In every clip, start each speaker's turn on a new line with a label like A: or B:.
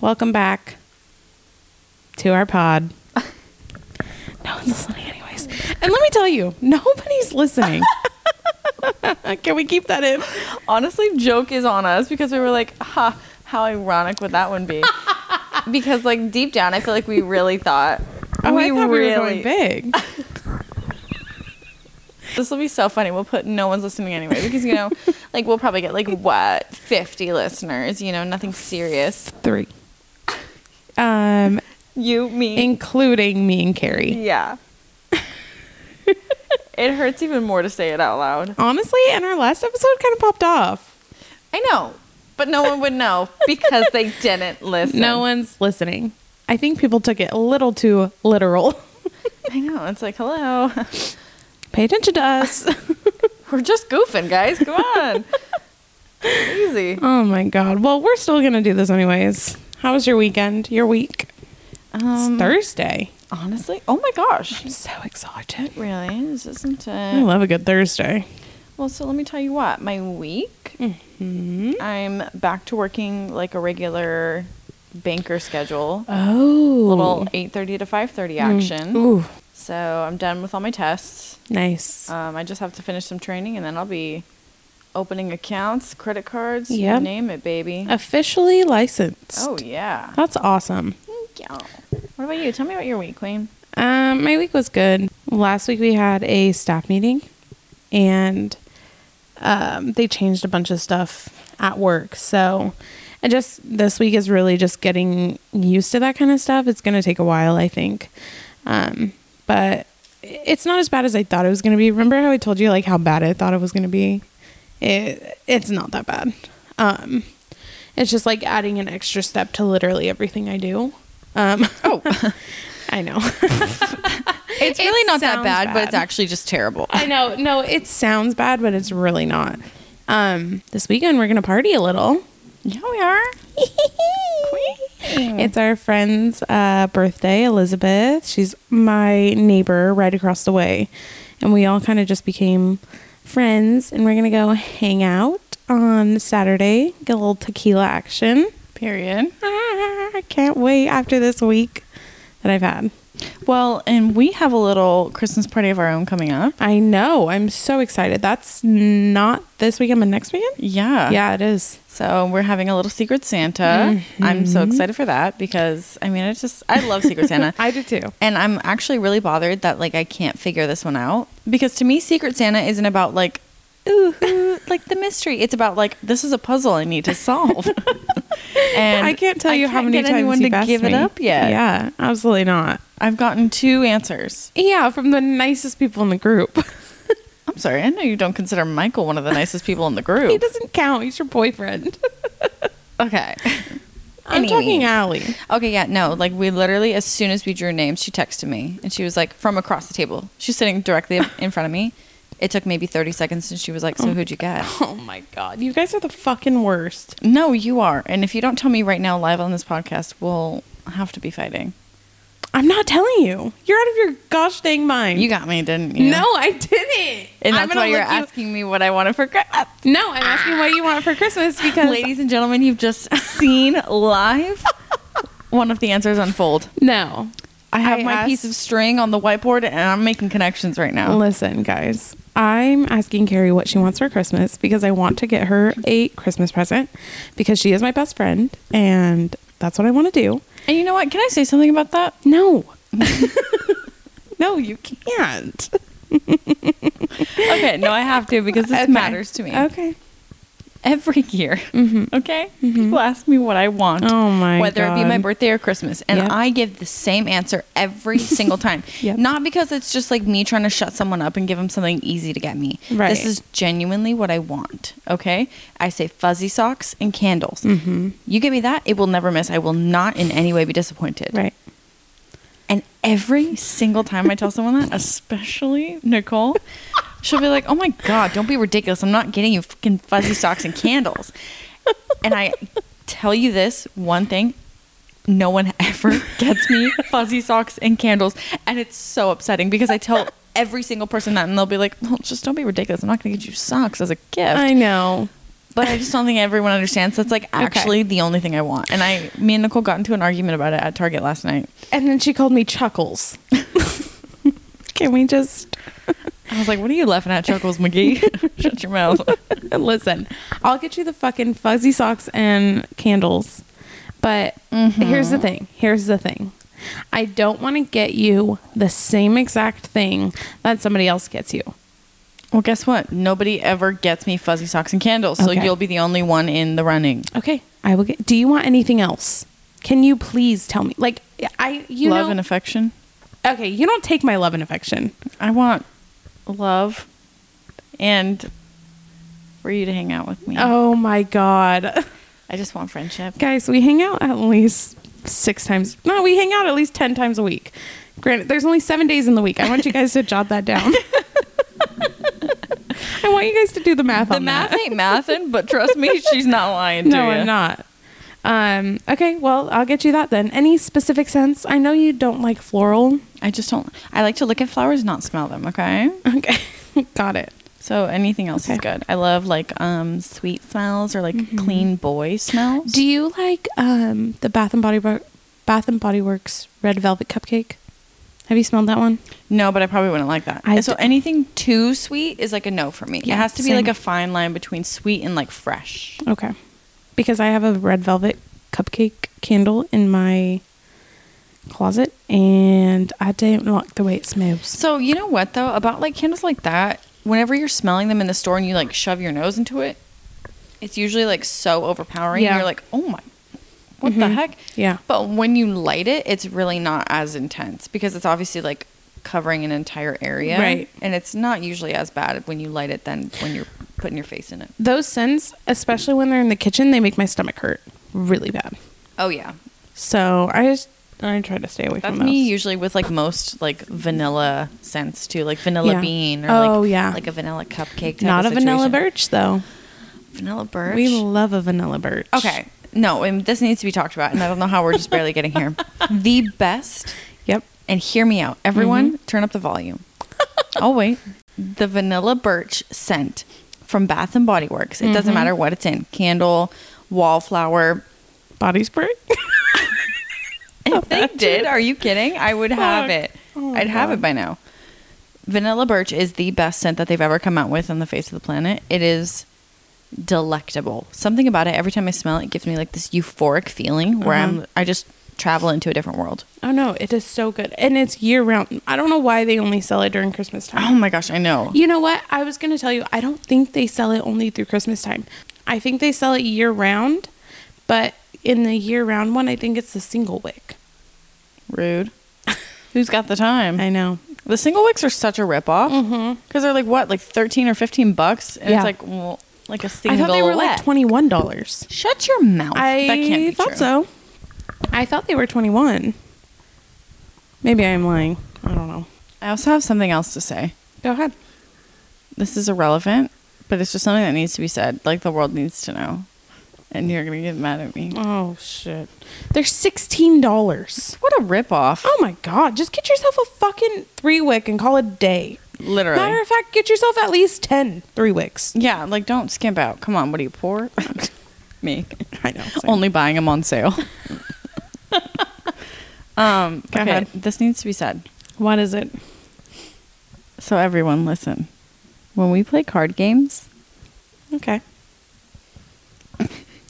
A: Welcome back to our pod. no one's listening, anyways. And let me tell you, nobody's listening. Oh, Can we keep that in?
B: Honestly, joke is on us because we were like, ha, how ironic would that one be? because like deep down, I feel like we really thought.
A: Oh, I thought we were going big.
B: This will be so funny. We'll put no one's listening anyway because you know, like we'll probably get like what fifty listeners. You know, nothing serious.
A: Three. Um,
B: You, me,
A: including me and Carrie.
B: yeah. it hurts even more to say it out loud.
A: Honestly, and our last episode kind of popped off.
B: I know, but no one would know because they didn't listen.
A: No one's listening. I think people took it a little too literal.
B: I know. It's like, hello,
A: Pay attention to us.
B: we're just goofing, guys. Come on, easy.
A: oh my god. Well, we're still gonna do this anyways. How was your weekend? Your week? it's Thursday.
B: Um, Honestly, oh my gosh,
A: Um, I'm so excited.
B: really? This isn't.
A: I
B: Uh,
A: love a good Thursday.
B: Well, so let me tell you what. My week,
A: Mm-hmm.
B: I'm back to working like a regular banker schedule.
A: Oh, Mm.
B: Little 8:30 to 5:30 action.
A: Ooh,
B: So I'm done with all my tests.
A: nice.
B: Um, I just have to finish some training, and then I'll be opening accounts, credit cards, you
A: Yep.
B: name it, baby.
A: Officially licensed.
B: oh yeah.
A: that's awesome.
B: Thank you. What about you? Tell me about your week, Queen.
A: Um, my week was good. Last week we had a staff meeting, and um, they changed a bunch of stuff at work. So, I just this week is really just getting used to that kind of stuff. It's gonna take a while, I think, um, but it's not as bad as I thought it was gonna be. Remember how I told you like how bad I thought it was gonna be? It it's not that bad. Um, it's just like adding an extra step to literally everything I do. Um, oh, I know.
B: It's really not that
A: sounds
B: bad, but it's
A: bad.
B: actually just terrible.
A: I know. No, it sounds bad, but it's really not. Um, this weekend we're gonna party a little.
B: Yeah, we are.
A: It's our friend's uh, birthday, Elizabeth. She's my neighbor right across the way, and we all kind of just became friends. And we're gonna go hang out on Saturday, get a little tequila action.
B: Period.
A: Ah, I can't wait after this week that I've had.
B: Well, and we have a little Christmas party of our own coming up.
A: I know. I'm so excited. That's not this weekend, but next weekend.
B: Yeah.
A: Yeah, it is.
B: So we're having a little Secret Santa. I'm so excited for that because I mean, it's just I love Secret Santa.
A: I do too.
B: And I'm actually really bothered that like I can't figure this one out because to me, Secret Santa isn't about like, ooh, who- like the mystery. It's about like this is a puzzle I need to solve. and
A: I can't tell you how many
B: get
A: times
B: anyone
A: you've
B: to
A: asked
B: give it
A: me.
B: up yet.
A: Yeah, absolutely not.
B: I've gotten two answers.
A: Yeah, from the nicest people in the group.
B: I'm sorry. I know you don't consider Michael one of the nicest people in the
A: he
B: group.
A: doesn't count. He's your boyfriend.
B: Okay.
A: I'm
B: Anyway.
A: talking Allie.
B: Okay, yeah, no, like we literally, as soon as we drew names, she texted me and she was like from across the table. She's sitting directly in front of me. It took maybe 30 seconds and she was like, So who'd you get?
A: Oh my god, you guys are the fucking worst.
B: No, you are. And if you don't tell me right now, live on this podcast, we'll have to be fighting.
A: I'm not telling you. You're out of your gosh dang mind.
B: You got me, didn't you?
A: No, I didn't.
B: And
A: I'm
B: that's
A: gonna
B: why you're
A: look you-
B: asking me what I wanted for Christmas.
A: No, I'm asking what you want for Christmas because
B: Ladies and gentlemen, you've just seen live one of the answers unfold.
A: no,
B: I have
A: I
B: my piece
A: asked-
B: of string on the whiteboard and I'm making connections right now.
A: Listen, guys, I'm asking Carrie what she wants for Christmas because I want to get her a Christmas present because she is my best friend and that's what I want to do.
B: And you know what? Can I say something about that?
A: No. no, you can't.
B: Okay, no, I have to because this
A: Okay.
B: matters to me.
A: Okay.
B: Every year, okay? People ask me what I want.
A: Oh my
B: Whether it be
A: God.
B: Mm-hmm. my birthday or Christmas. And
A: Yep.
B: I give the same answer every single time.
A: Yep.
B: Not because it's just like me trying to shut someone up and give them something easy to get me.
A: Right.
B: This is genuinely what I want, okay? I say fuzzy socks and candles. You give me that, it will never miss. I will not in any way be disappointed.
A: Right.
B: And every single time I tell someone that, especially Nicole, she'll be like, "Oh my god, don't be ridiculous! I'm not getting you fucking fuzzy socks and candles." And I tell you this one thing: no one ever gets me fuzzy socks and candles, and it's so upsetting because I tell every single person that, and they'll be like, "Well, just don't be ridiculous. I'm not going to get you socks as a gift."
A: I know.
B: But I just don't think everyone understands. That's like actually the only thing I want. And I, me and Nicole got into an argument about it at Target last night.
A: And then she called me Chuckles. Can we just
B: I was like, "What are you laughing at, Chuckles McGee? Shut your mouth."
A: listen? I'll get you the fucking fuzzy socks and candles. But here's the thing. Here's the thing. I don't want to get you the same exact thing that somebody else gets you.
B: Well, guess what? Nobody ever gets me fuzzy socks and candles, so
A: Okay.
B: you'll be the only one in the running.
A: Okay. I will get Do you want anything else? Can you please tell me? Like I you
B: love
A: know
B: and affection.
A: Okay, you don't take my love and affection.
B: I want love and for you to hang out with me.
A: Oh my god.
B: I just want friendship.
A: Guys, we hang out at least six times. No, we hang out at least 10 times a week. Granted, there's only seven days in the week. I want you guys to jot that down. I want you guys to do the math
B: The
A: on
B: math
A: that.
B: ain't mathin', but trust me, she's not lying to
A: no,
B: you.
A: I'm not. Um, okay, well, I'll get you that then. Any specific sense? I know you don't like floral.
B: I just don't. I like to look at flowers, not smell them. Okay.
A: Okay, got it.
B: So anything else is
A: Okay. Mm-hmm.
B: good. I love like um sweet smells or like clean boy smells.
A: Do you like um, the Bath and Body Wor- Bath and Body Works Red Velvet Cupcake? Have you smelled that one?
B: no, but I probably wouldn't like that.
A: I
B: so
A: d-
B: anything too sweet is like a no for me.
A: Yeah,
B: it has to be
A: same.
B: like a fine line between sweet and like fresh.
A: Okay. Because I have a red velvet cupcake candle in my closet and I don't like the way it smells.
B: So you know what though about like candles like that? Whenever you're smelling them in the store and you like shove your nose into it, it's usually like so overpowering.
A: Yeah. Mm-hmm.
B: You're like, oh my, what the heck?
A: Yeah.
B: But when you light it, it's really not as intense because it's obviously like covering an entire area,
A: Right.
B: And it's not usually as bad when you light it than when you're putting your face in it.
A: Those scents, especially when they're in the kitchen, they make my stomach hurt really bad.
B: Oh yeah,
A: So I just I try to stay away
B: that's
A: from those.
B: me usually with like most like vanilla scents too, like vanilla
A: Yeah.
B: bean or
A: Oh,
B: like
A: yeah.
B: like a vanilla cupcake. Type
A: Not a
B: of
A: vanilla
B: situation.
A: birch though.
B: Vanilla birch.
A: We love a vanilla birch.
B: Okay. No, and this needs to be talked about, and I don't know how we're just barely getting here. The best,
A: Yep.
B: and hear me out, everyone,
A: Mm-hmm.
B: turn up the volume. oh wait, the vanilla birch scent from Bath and Body Works. It
A: Mm-hmm.
B: doesn't matter what it's in, candle, wallflower.
A: Body spray.
B: If they did, are you kidding? I would have
A: Fuck.
B: it.
A: Oh my
B: I'd have
A: God.
B: it by now. Vanilla birch is the best scent that they've ever come out with on the face of the planet. It is delectable. Something about it. Every time I smell it, it gives me like this euphoric feeling where
A: Uh-huh.
B: I'm. I just travel into a different world.
A: oh no, it is so good. And it's year round. I don't know why they only sell it during Christmas time.
B: Oh my gosh, I know.
A: You know what? I was going to tell you, I don't think they sell it only through Christmas time. I think they sell it year round, but in the year round one, I think it's the single wick.
B: Rude. Who's got the time?
A: I know.
B: The single wicks are such a ripoff because they're like what, like thirteen or fifteen bucks, and
A: Yeah.
B: it's like well, like a
A: I
B: single.
A: thought they were like
B: wick.
A: $21.
B: Shut your mouth.
A: I
B: that can't be
A: thought
B: true.
A: so. I thought they were 21. Maybe I'm lying. I don't know.
B: I also have something else to say.
A: Go ahead.
B: this is irrelevant, but it's just something that needs to be said. Like the world needs to know. And you're gonna get mad at me.
A: Oh, shit. They're $16.
B: What a ripoff.
A: Oh my God. Just get yourself a fucking three wick and call it a day.
B: Literally.
A: Matter of fact, get yourself at least 10 three wicks.
B: yeah, like don't skimp out. Come on, what are you poor? me.
A: I know.
B: Only buying them on sale. um
A: Go
B: okay,
A: ahead.
B: this needs to be said.
A: What is it?
B: So everyone listen. When we play card games,
A: Okay.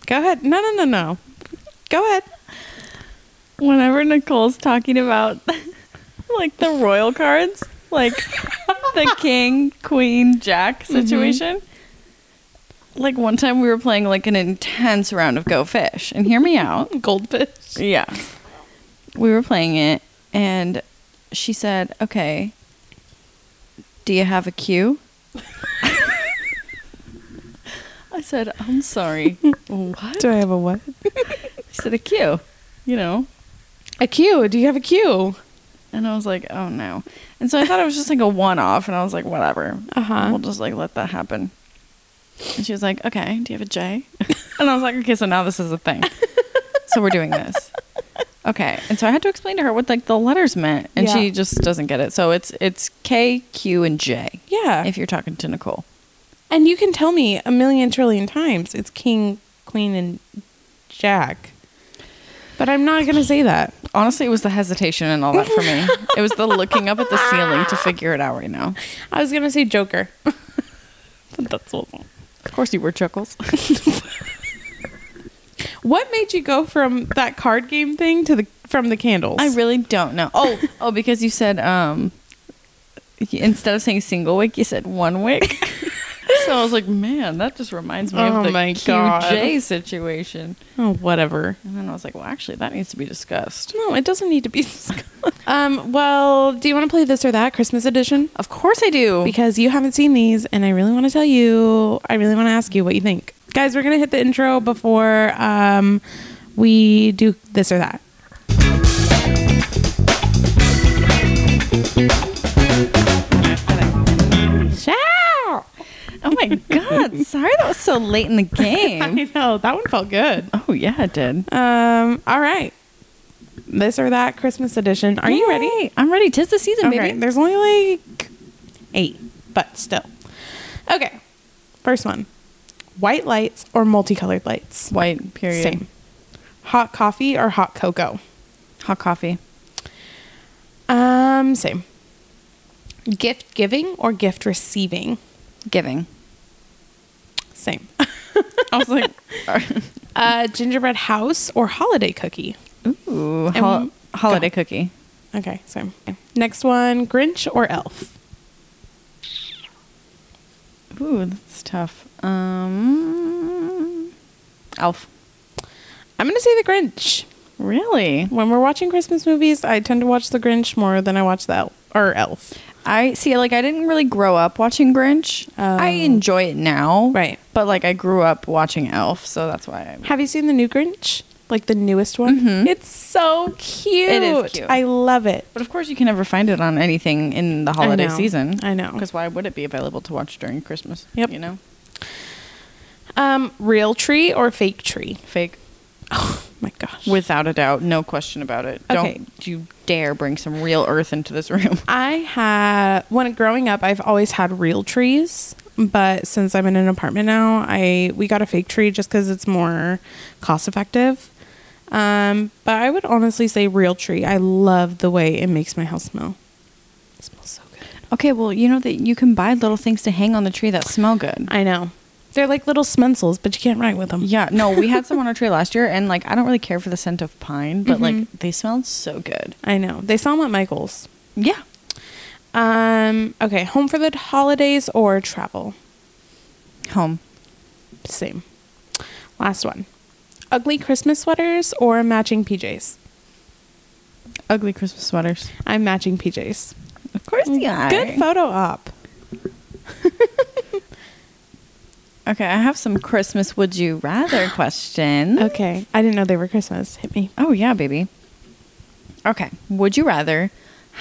A: Go ahead. No, no, no, no. Go ahead.
B: whenever Nicole's talking about like the royal cards, like the king, queen, jack situation. Like one time we were playing like an intense round of go fish. And hear me out.
A: Goldfish.
B: Yeah. We were playing it and she said, "Okay. Do you have a cue?" I said, "I'm sorry. what?"
A: Do I have a what?
B: She said, "A cue." You know,
A: A cue. Do you have a cue?
B: And I was like, oh no. And so I thought it was just like a one off, and I was like, whatever.
A: Uh-huh.
B: We'll just like let that happen. And she was like, okay, do you have a J? and I was like, okay, so now this is a thing. so we're doing this. Okay. And so I had to explain to her what like the letters meant, and
A: Yeah.
B: she just doesn't get it. So it's it's K, Q, and J.
A: Yeah.
B: If you're talking to Nicole.
A: And you can tell me a million trillion times it's king, queen, and jack. But I'm not going to say that.
B: Honestly, it was the hesitation and all that for me. it was the looking up at the ceiling to figure it out right now.
A: I was going to say Joker. but that's what.
B: Of course, you were chuckles.
A: What made you go from that card game thing to the from the candles?
B: I really don't know. Oh, oh, because you said um, y- instead of saying single wick, you said one wick. so I was like, man, that just reminds me
A: Oh
B: of the
A: my
B: QJ
A: God.
B: situation.
A: oh, whatever.
B: And then I was like, well, actually, that needs to be discussed.
A: No, it doesn't need to be. um. Well, do you want to play this or that Christmas edition?
B: Of course, I do.
A: Because you haven't seen these, and I really want to tell you. I really want to ask you what you think, guys. We're gonna hit the intro before um, we do this or that. Ciao.
B: oh my god, sorry that was so late in the game.
A: I know that one felt good.
B: Oh yeah, it did.
A: Um. All right. This or that Christmas edition. Are you ready?
B: Yay, I'm ready. Tis the season,
A: Okay.
B: baby.
A: There's only like eight, but still. Okay. First one: white lights or multicolored lights.
B: White period.
A: Same. Hot coffee or hot cocoa.
B: Hot coffee.
A: Um. Same. Gift giving or gift receiving.
B: Giving.
A: Same.
B: I was like,
A: uh, gingerbread house or holiday cookie.
B: ooh, hol-
A: And-
B: holiday
A: Go.
B: cookie.
A: Okay. Same. Next one: Grinch or Elf.
B: Ooh, that's tough. Um, Elf.
A: I'm gonna say the Grinch.
B: Really?
A: When we're watching Christmas movies, I tend to watch The Grinch more than I watch the Elf or Elf.
B: I see. Like, I didn't really grow up watching Grinch. Um, I
A: Oh.
B: enjoy it now,
A: Right.
B: But like, I grew up watching Elf, so that's why. I,
A: Have you seen the new Grinch? Like the newest one? It's so Mm-hmm. cute.
B: It is cute.
A: I love it.
B: but of course, you can never find it on anything in the holiday
A: know.
B: season.
A: I know.
B: Because why would it be available to watch during Christmas?
A: Yep.
B: You know,
A: Um, real tree or fake tree?
B: fake.
A: Oh my gosh.
B: Without a doubt, no question about it.
A: Okay.
B: Don't you dare bring some real earth into this room.
A: I had when growing up, I've always had real trees, but since I'm in an apartment now, I we got a fake tree just because it's more cost effective. Um, but I would honestly say real tree. I love the way it makes my house smell. It smells so good.
B: Okay, well, you know that you can buy little things to hang on the tree that smell good.
A: I know they're like little smensels, but you can't write with them.
B: Yeah, no, we had some on our tree last year, and like I don't really care for the scent of pine, but like they smelled so good.
A: I know they sell them at Michaels.
B: Yeah,
A: Um, okay, home for the holidays or travel.
B: home,
A: Same. Last one. Ugly Christmas sweaters or matching PJs?
B: ugly Christmas sweaters. Mm,
A: I'm matching PJs.
B: Of course, yeah.
A: Good photo op.
B: Okay, I have some Christmas would you rather questions.
A: Okay. I didn't know they were Christmas. Hit me.
B: Oh yeah, baby. Okay, would you rather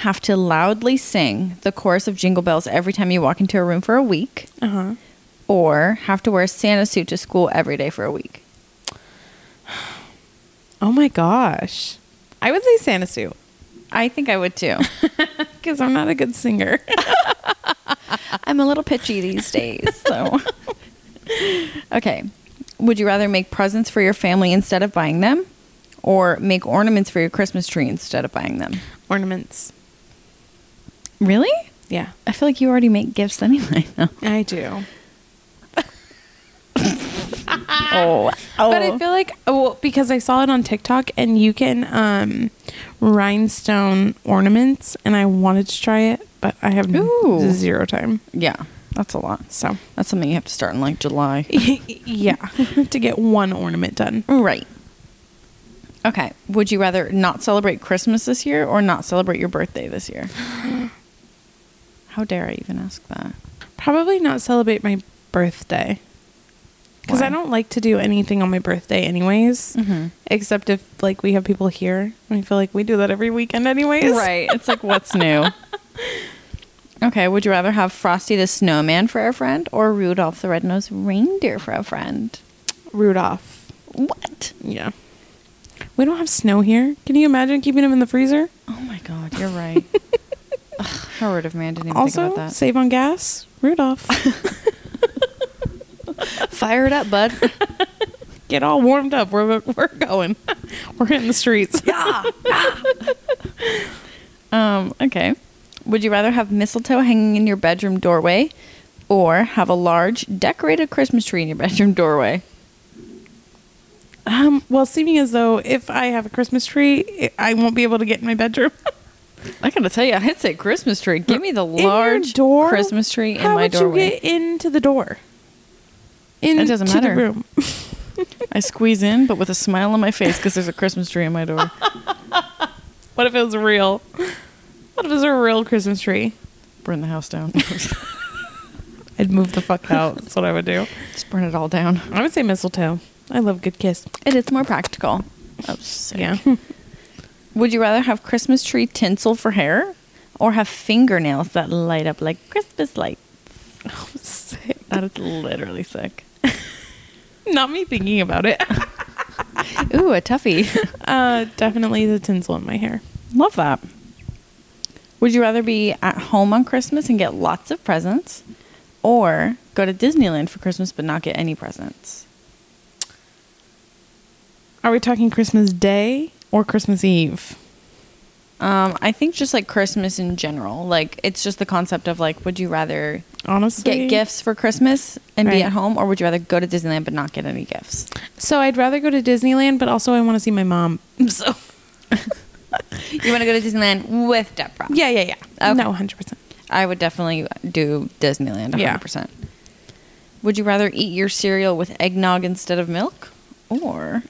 B: have to loudly sing the chorus of Jingle Bells every time you walk into a room for a week,
A: Uh huh.
B: or have to wear a Santa suit to school every day for a week?
A: Oh my gosh. I would say Santa suit
B: I think I would too.
A: because I'm not a good singer.
B: I'm a little pitchy these days. So, okay. Would you rather make presents for your family instead of buying them, or make ornaments for your Christmas tree instead of buying them?
A: Ornaments.
B: Really?
A: Yeah.
B: I feel like you already make gifts anyway. Now.
A: I do.
B: Oh, oh.
A: But I feel like well because I saw it on TikTok and you can um rhinestone ornaments and I wanted to try it, but I have
B: Ooh.
A: zero time.
B: yeah, that's a lot.
A: So
B: That's something you have to start in like July.
A: yeah, to get one ornament done.
B: Right. Okay. Would you rather not celebrate Christmas this year or not celebrate your birthday this year? How dare I even ask that?
A: Probably not celebrate my birthday. Cuz
B: Why?
A: I don't like to do anything on my birthday anyways,
B: Mhm.
A: except if like we have people here. I feel like we do that every weekend anyways.
B: Right. It's like, what's new? Okay. Would you rather have Frosty the Snowman for a friend or Rudolph the Red-Nosed Reindeer for a friend?
A: Rudolph.
B: What?
A: Yeah. We don't have snow here. Can you imagine keeping him in the freezer?
B: Oh my God. You're right. Ugh, Horrid of me. I didn't even think
A: also
B: about that.
A: save on gas rudolph
B: Fire it up, bud.
A: Get all warmed up. We're, we're going. we're hitting the streets.
B: yeah. um, okay. Would you rather have mistletoe hanging in your bedroom doorway or have a large decorated Christmas tree in your bedroom doorway?
A: Um, well, seeming as though if I have a Christmas tree, it, I won't be able to get in my bedroom.
B: I gotta tell you, I'd say Christmas tree. Give me the
A: In your
B: large
A: door?
B: Christmas tree in
A: How
B: my
A: would you
B: doorway.
A: get into the door? In
B: doesn't
A: to the
B: matter.
A: room.
B: I squeeze in, but with a smile on my face because there's a Christmas tree in my door.
A: What if it was real? What if it was a real Christmas tree?
B: Burn the house down.
A: I'd move the fuck out. That's what I would do.
B: Just burn it all down.
A: I would say mistletoe. I love good kiss.
B: And it's more practical. Oh, sick.
A: Yeah.
B: Would you rather have Christmas tree tinsel for hair or have fingernails that light up like Christmas lights?
A: Sick.
B: That is literally sick.
A: Not me thinking about it.
B: Ooh, a toughie.
A: Uh, definitely the tinsel in my hair.
B: Love that. Would you rather be at home on Christmas and get lots of presents or go to Disneyland for Christmas but not get any presents?
A: Are we talking Christmas Day or Christmas Eve?
B: Um, I think just like Christmas in general, like it's just the concept of like, would you rather
A: Honestly,
B: get gifts for Christmas and
A: Right.
B: be at home, or would you rather go to Disneyland but not get any gifts?
A: So I'd rather go to Disneyland, but also I want to see my mom. So
B: You want to go to Disneyland with Deborah?
A: yeah, yeah, yeah.
B: Okay.
A: No, hundred percent.
B: I would definitely do Disneyland 100%.
A: Yeah.
B: Would you rather eat your cereal with eggnog instead of milk? Or,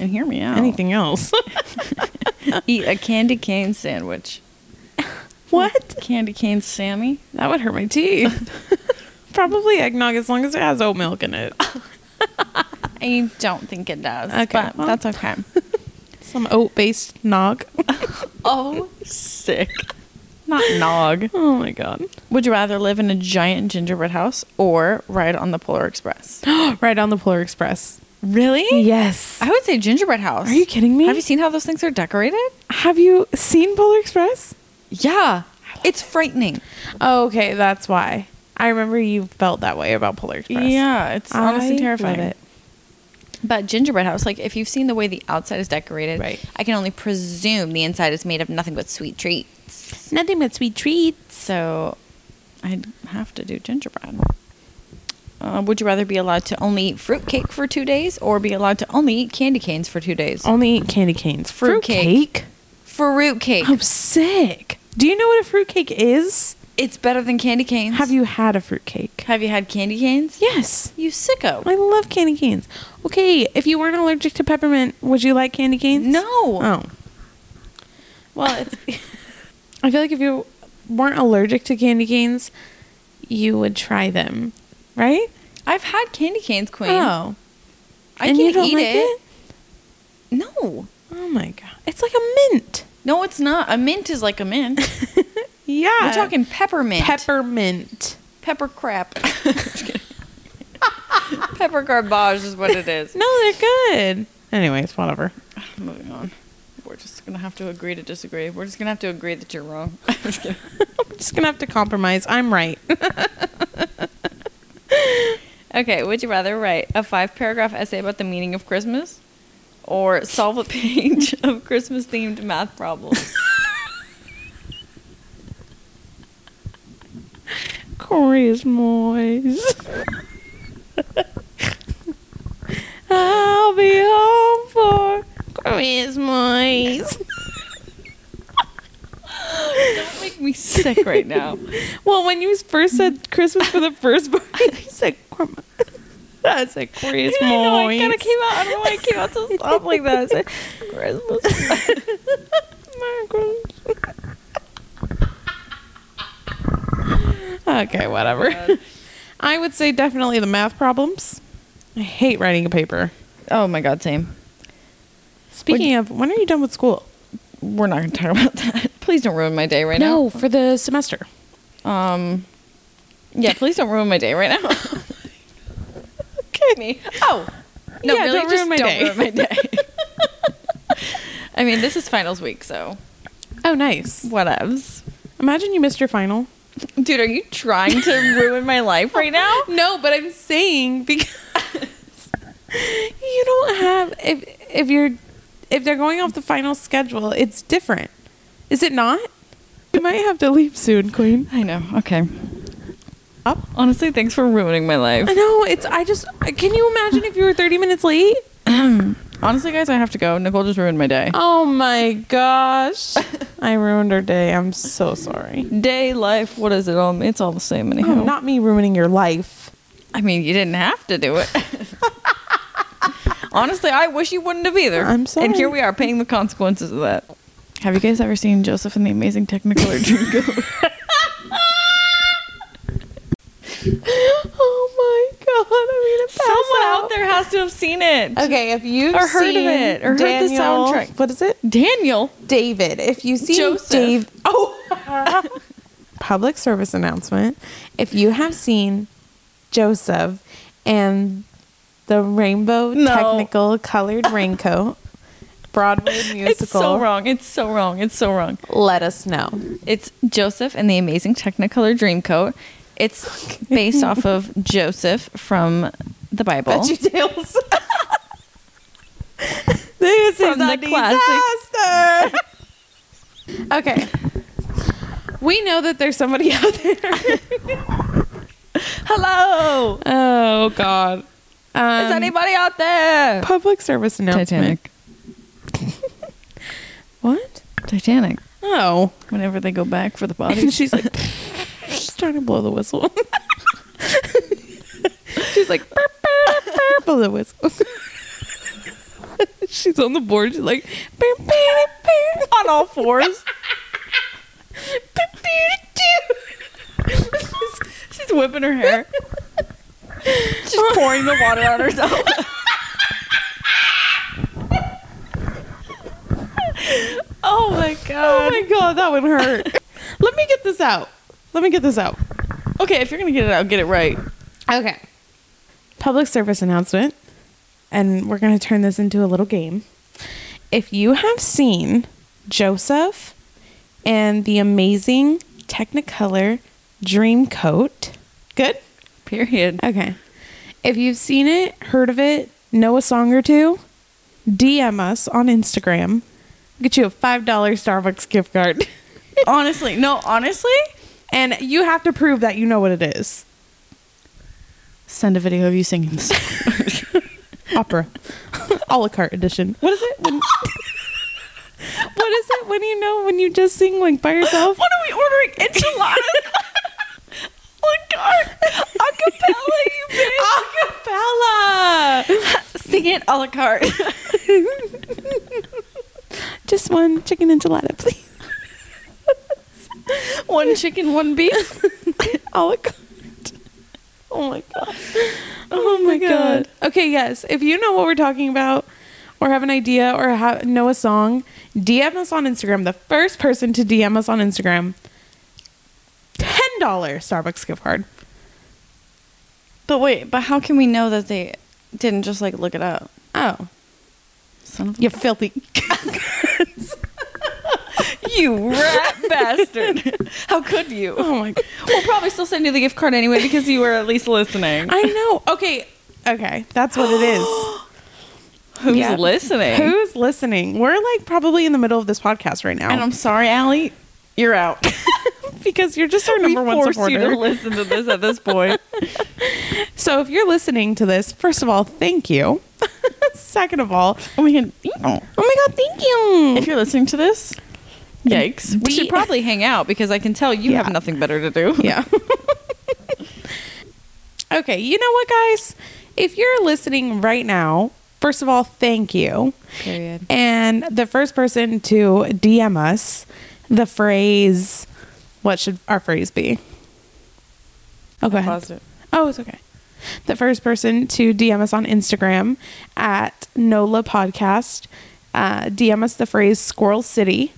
B: and hear me out,
A: Anything else?
B: eat a candy cane sandwich.
A: what?
B: Candy cane Sammy?
A: That would hurt my teeth. Probably eggnog, as long as it has oat milk in it.
B: I don't think it does,
A: Okay,
B: but
A: well.
B: that's okay.
A: Some oat-based nog.
B: oh, sick. Not nog.
A: oh my god!
B: Would you rather live in a giant gingerbread house or ride on the Polar Express?
A: right on the Polar Express.
B: really?
A: Yes.
B: I would say gingerbread house.
A: Are you kidding me?
B: Have you seen how those things are decorated?
A: Have you seen Polar Express?
B: Yeah. It's frightening.
A: Oh, okay, that's why. I remember you felt that way about Polar Express.
B: Yeah, it's honestly
A: I
B: terrifying.
A: love it.
B: But gingerbread house, like if you've seen the way the outside is decorated,
A: Right.
B: I can only presume the inside is made of nothing but sweet treats.
A: Nothing but sweet treats.
B: So I'd have to do gingerbread. Uh, would you rather be allowed to only eat fruitcake for two days or be allowed to only eat candy canes for two days?
A: Only eat candy canes.
B: Fruit
A: Fruit
B: cake.
A: cake.
B: Fruitcake.
A: I'm sick. Do you know what a fruit cake is?
B: It's better than candy canes.
A: Oh. Have you had a fruit cake?
B: Have you had candy canes?
A: Yes.
B: You sicko.
A: I love candy canes. Okay, if you weren't allergic to peppermint, would you like candy canes?
B: No.
A: Oh. Well, it's, I feel like if you weren't allergic to candy canes, you would try them, right?
B: I've had candy canes, Queen.
A: Oh.
B: I
A: And
B: can't
A: you don't
B: eat
A: like
B: it. No.
A: Oh my god. It's like a mint.
B: No, it's not. A mint is like a mint.
A: Yeah.
B: We're talking peppermint.
A: peppermint.
B: pepper crap. Just kidding. pepper garbage is what it is.
A: No, they're good. Anyways, whatever.
B: Moving on. We're just gonna have to agree to disagree. We're just gonna have to agree that you're wrong.
A: I'm just gonna have to compromise. I'm right.
B: okay. Would you rather write a five-paragraph essay about the meaning of Christmas, or solve a page of Christmas-themed math problems?
A: Christmas. I'll be home for Christmas.
B: Don't make me sick right now.
A: Well, when you first said Christmas for the first part, you said Christmas. I said Christmas.
B: I know, it kinda came out- I don't know why it came out so soft like that. I said,
A: Christmas. Merry Christmas. okay, whatever. I would say definitely the math problems. I hate writing a paper.
B: oh my god, same.
A: Speaking of, when are you done with school?
B: We're not gonna talk about that. Please don't ruin my day right now.
A: for the semester.
B: Um, yeah, please don't ruin my day right now. okay. Me. Oh. No,
A: Yeah,
B: really,
A: don't
B: just
A: ruin my
B: don't
A: day.
B: ruin my day. I mean, this is finals week, so
A: Oh, nice.
B: whatevs.
A: Imagine you missed your final.
B: Dude, are you trying to ruin my life right now?
A: No, but I'm saying because you don't have if if you're if they're going off the final schedule, it's different. Is it not? You might have to leave soon, Queen.
B: I know. Okay. Honestly, thanks for ruining my life.
A: I know it's. I just can you imagine if you were thirty minutes late?
B: Honestly, guys, I have to go. Nicole just ruined my day.
A: Oh my gosh! I ruined her day. I'm so sorry.
B: Day, life, what is it all? It's all the same anyhow.
A: Oh, not me ruining your life.
B: I mean, you didn't have to do it. Honestly, I wish you wouldn't have either.
A: I'm sorry.
B: And here we are paying the consequences of that. Have you guys ever seen Joseph and the Amazing Technicolor Dreamcoat?
A: Oh my god! I mean,
B: Someone out there has to have seen it.
A: Okay, if you've
B: Or heard of
A: seen
B: it, or heard the
A: Daniel,
B: soundtrack.
A: What is it?
B: Daniel.
A: David. If you see
B: Joseph.
A: Dave, oh, public service announcement. If you have seen Joseph and the Rainbow
B: No.
A: Technical Colored Raincoat Broadway musical,
B: It's so wrong. It's so wrong. It's so wrong.
A: let us know.
B: It's Joseph and the Amazing Technicolor Dreamcoat. It's based off of Joseph from the Bible.
A: Bet you tails. this
B: From
A: is
B: the
A: a
B: classic-
A: disaster. okay. We know that there's somebody out there.
B: Hello.
A: oh God. Um,
B: Is anybody out there?
A: public service announcement?
B: Titanic.
A: What?
B: Titanic.
A: Oh.
B: Whenever they go back for the body.
A: And she's like, she's trying to blow the whistle. she's like, "Burp, burp, burp," blow the whistle. she's on the board. She's like, "Burp, burp, burp," on all fours. Burp, burp, burp.
B: She's whipping her hair. She's pouring the water on herself. oh my
A: oh
B: god.
A: my god, that would hurt. Let me get this out. Let me get this out.
B: Okay, if you're gonna get it out, get it right.
A: Okay. Public service announcement. And we're going to turn this into a little game. If you have seen Joseph and the amazing Technicolor Dreamcoat, good?
B: Period.
A: Okay. If you've seen it, heard of it, know a song or two, DM us on Instagram. Get you a $5 Starbucks gift card.
B: honestly, no, honestly,
A: and you have to prove that you know what it is.
B: send a video of you singing this.
A: opera a la carte edition what is it when, what is it when you know when you just sing like by yourself
B: what are we ordering? Enchiladas. oh my god. Acapella, you bitch.
A: acapella
B: Sing it a la carte.
A: just one chicken enchilada please
B: one chicken, one beef.
A: a la carte oh my god oh, my god. okay yes if you know what we're talking about or have an idea or ha- know a song dm us on instagram the first person to dm us on instagram $10 starbucks gift card
B: But wait, but how can we know that they didn't just like look it up?
A: oh
B: Son of
A: you filthy
B: you rat bastard. How could you?
A: oh my god
B: We'll probably still send you the gift card anyway because you were at least listening.
A: I know. Okay. Okay. That's what it is.
B: Who's
A: Yeah.
B: listening?
A: Who's listening? We're like probably in the middle of this podcast right
B: And
A: now
B: I'm sorry, Allie, you're out.
A: because you're just our number
B: we
A: one
B: forced you to
A: supporter.
B: listen to this at this point.
A: So if you're listening to this, first of all, thank you. Second of all,
B: Oh my god. Ew.
A: oh my God, thank you.
B: If you're listening to this, yikes. We
A: D-
B: should probably hang out because I can tell you
A: Yeah.
B: have nothing better to do.
A: yeah. okay. You know what, guys? If you're listening right now, first of all, thank you.
B: Period.
A: And the first person to DM us the phrase, what should our phrase be? Oh, go ahead.
B: Pause it.
A: Oh, it's okay. The first person to DM us on Instagram at NOLA Podcast, uh, DM us the phrase Squirrel City,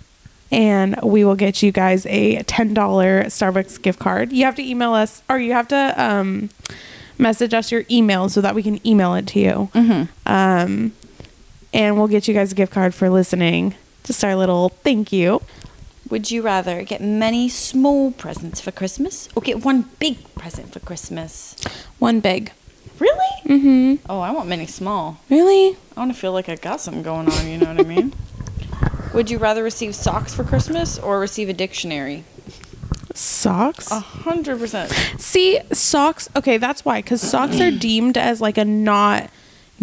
A: and we will get you guys a $10 Starbucks gift card. You have to email us, or you have to um, message us your email so that we can email it to you. Um, and we'll get you guys a gift card for listening. Just our little thank you.
C: Would you rather get many small presents for Christmas or get one big present for Christmas?
A: One big.
D: Really?
A: Mm-hmm.
D: Oh, I want mini small.
A: Really?
D: I want to feel like I got something going on, you know what I mean?
B: Would you rather receive socks for Christmas or receive a dictionary?
A: Socks?
D: A hundred percent.
A: See, socks. Okay, that's why. Because socks are deemed as like a not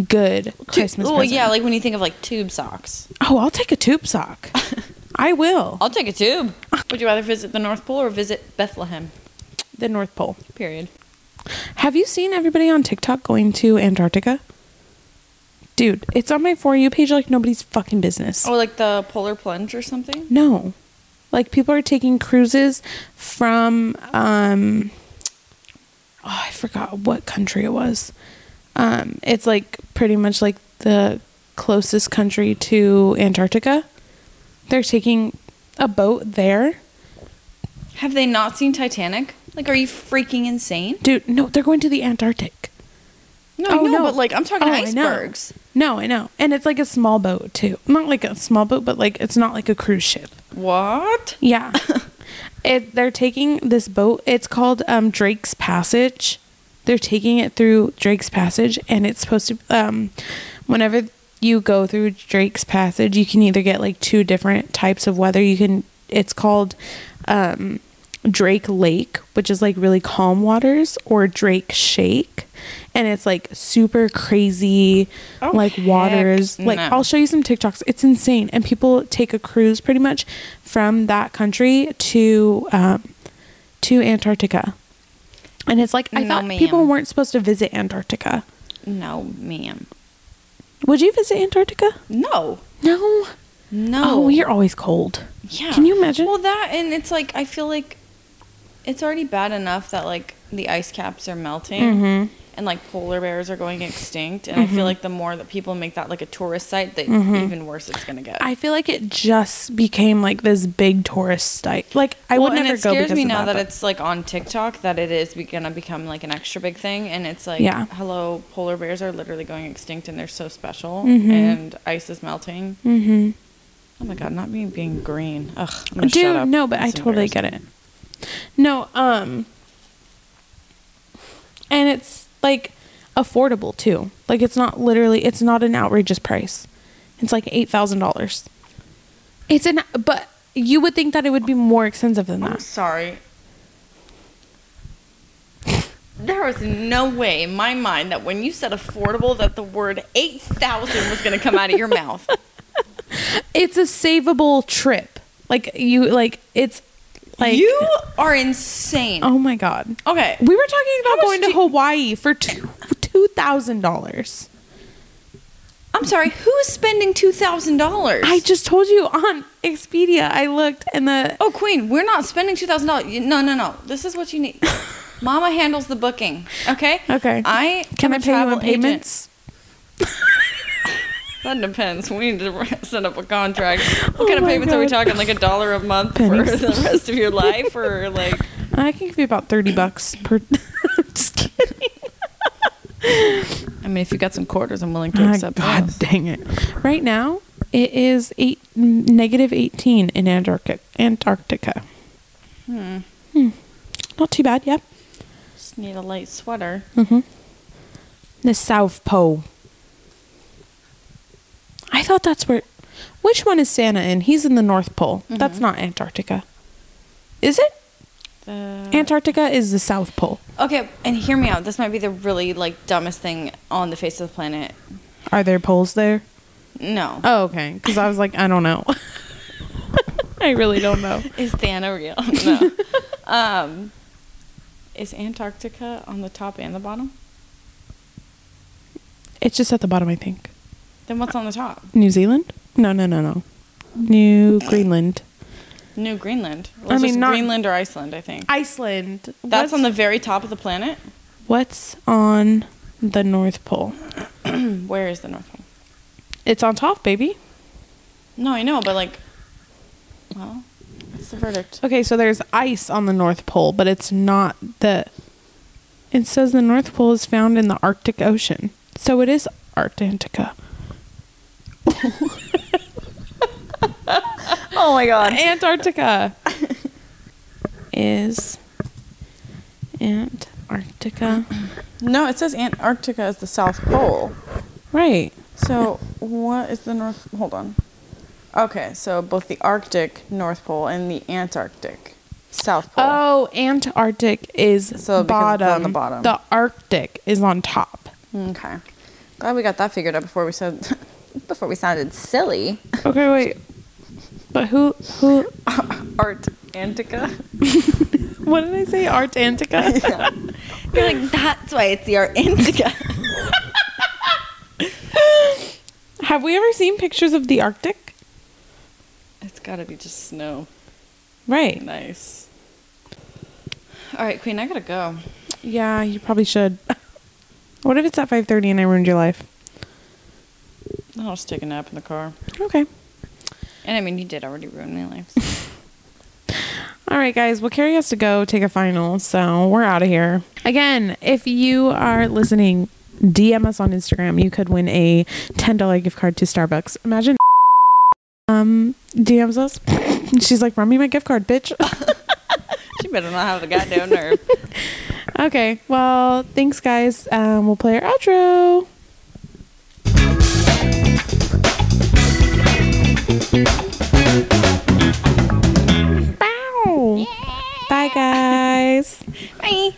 A: good Christmas
B: Well,
A: present.
B: yeah, like when you think of like tube socks.
A: Oh, I'll take a tube sock. I will.
B: I'll take a tube.
D: Would you rather visit the North Pole or visit Bethlehem?
A: The North Pole.
B: Period.
A: Have you seen everybody on TikTok going to Antarctica? Dude, it's on my For You page like nobody's fucking business.
B: Or like the polar plunge or something.
A: No. Like people are taking cruises from um oh, I forgot what country it was. Um it's like pretty much like the closest country to Antarctica. They're taking a boat there.
B: Have they not seen Titanic? Like, are you freaking insane?
A: Dude, no, they're going to the Antarctic.
D: No,
A: Oh,
D: no,
A: no.
D: but like I'm talking
A: Oh, I know.
D: icebergs.
A: No, I know. And it's like a small boat too. Not like a small boat, but like it's not like a cruise ship.
D: What?
A: Yeah. it, they're taking this boat. It's called um, Drake's Passage. They're taking it through Drake's Passage, and it's supposed to. Um, whenever you go through Drake's Passage, you can either get like two different types of weather. You can. It's called um, Drake Lake, which is like really calm waters, or Drake Shake, and it's like super crazy,
D: Oh,
A: like
D: heck
A: waters. Like
D: no.
A: I'll I'll show you some TikToks. It's insane. And people take a cruise pretty much from that country to um, to Antarctica. And it's like I
B: No,
A: thought
B: ma'am.
A: people weren't supposed to visit Antarctica.
B: No, ma'am.
A: Would you visit Antarctica?
B: No.
A: No.
B: No.
A: Oh, you're always cold.
B: Yeah.
A: Can you imagine?
B: Well, that and it's like I feel like it's already bad enough that like the ice caps are melting
A: Mm-hmm.
B: and like polar bears are going extinct, and I feel like the more that people make that like a tourist site, the
A: Mm-hmm.
B: even worse it's gonna get.
A: I feel like it just became like this big tourist site. Like I
B: Well,
A: would never
B: and
A: go.
B: it scares
A: because
B: me
A: of
B: now that,
A: but-
B: it's like on TikTok that it is be- gonna become like an extra big thing, and it's like,
A: Yeah.
B: hello, polar bears are literally going extinct, and they're so special,
A: Mm-hmm.
B: and ice is melting. Mm-hmm. Oh my god, not me being green. Ugh, I'm gonna shut
A: Dude,
B: up.
A: no, but I
B: It's
A: totally
B: embarrassing.
A: get it. No, um and it's like affordable too. Like it's not literally it's not an outrageous price. It's like $8,000. It's an but you would think that it would be more expensive than
B: I'm
A: that.
B: sorry. There was no way in my mind that when you said affordable, that the word eight thousand was going to come out of your mouth.
A: It's a savable trip. Like you like it's like
B: you are insane.
A: Oh my god.
B: okay,
A: We were talking about
B: much
A: going to
B: do-
A: Hawaii for two $2,000.
B: I'm sorry. Who is spending two thousand dollars?
A: I just told you on Expedia I looked and the
B: Oh, Queen, we're not spending two thousand dollars. No, no, no. This is what you need. Mama handles the booking. Okay.
A: Okay.
B: I
A: Can
B: am
A: I
B: a
A: pay you
B: travel
A: in payments?
B: Agent. That depends. We need to set up a contract. What
A: Oh
B: kind of
A: my
B: payments are we
A: God.
B: talking? Like a dollar a month for
A: Pennies.
B: the rest of your life, or like?
A: I can give you about thirty bucks per. Just kidding.
D: I mean, if you got some quarters, I'm willing to
A: Ah,
D: accept
A: God
D: those.
A: dang it! Right now it is eight n- negative eighteen in Antarctica. Antarctica. Hmm. Not too bad. Yeah.
B: Just need a light sweater.
A: Mm-hmm. The South Pole. I thought that's where. Which one is Santa in? He's in the North Pole. That's not Antarctica. Is it? Uh, Antarctica is the South Pole.
B: Okay, and hear me out. This might be the really like dumbest thing on the face of the planet.
A: Are there poles there?
B: No.
A: Oh, okay. Because I was like, I don't know. I really don't know.
B: Is Thana real? No. um, is Antarctica on the top and the bottom?
A: It's just at the bottom, I think.
B: Then what's on the top?
A: New Zealand? No, no, no, no. New Greenland.
B: New Greenland.
A: I
B: Well, it's
A: mean,
B: just
A: not-
B: Greenland or Iceland, I think.
A: Iceland.
B: That's
A: what's,
B: on the very top of the planet.
A: What's on the North Pole? Mm.
B: Where is the North Pole?
A: It's on top, baby.
B: No, I know, but like, well, what's the verdict?
A: Okay, so there's ice on the North Pole, but it's not the. It says the North Pole is found in the Arctic Ocean. So it is Antarctica.
B: Oh my God.
A: Antarctica is Antarctica. Antarctica.
B: No, it says Antarctica is the South Pole.
A: right.
B: So what is the North? Hold on. Okay, so both the Arctic North Pole and the Antarctic South Pole.
A: Oh, Antarctic is
B: So, because it's
A: bottom.
B: on the bottom.
A: The Arctic is on top.
B: Okay. Glad we got that figured out before we said before we sounded silly.
A: Okay, wait. But who who
B: Antarctica.
A: what did I say? Antarctica?
C: You're like, that's why it's your indica.
A: Have we ever seen pictures of the Arctic?
C: it's gotta be just snow.
A: Right.
C: Nice. All right, Queen, I gotta go.
A: Yeah, you probably should. What if it's at 5:30 and I ruined your life?
C: I'll just take a nap in the car.
A: Okay.
C: And I mean, you did already ruin my life. so.
A: All right, guys. Well, Carrie has to go take a final, so we're out of here. Again, if you are listening, DM us on Instagram. You could win a ten dollar gift card to Starbucks. Imagine. Um, DMs us. She's like, "Run me my gift card, bitch."
C: she better not have a goddamn nerve.
A: okay. Well, thanks, guys. Um, we'll play our outro. Bow. Bye, guys.
C: Bye.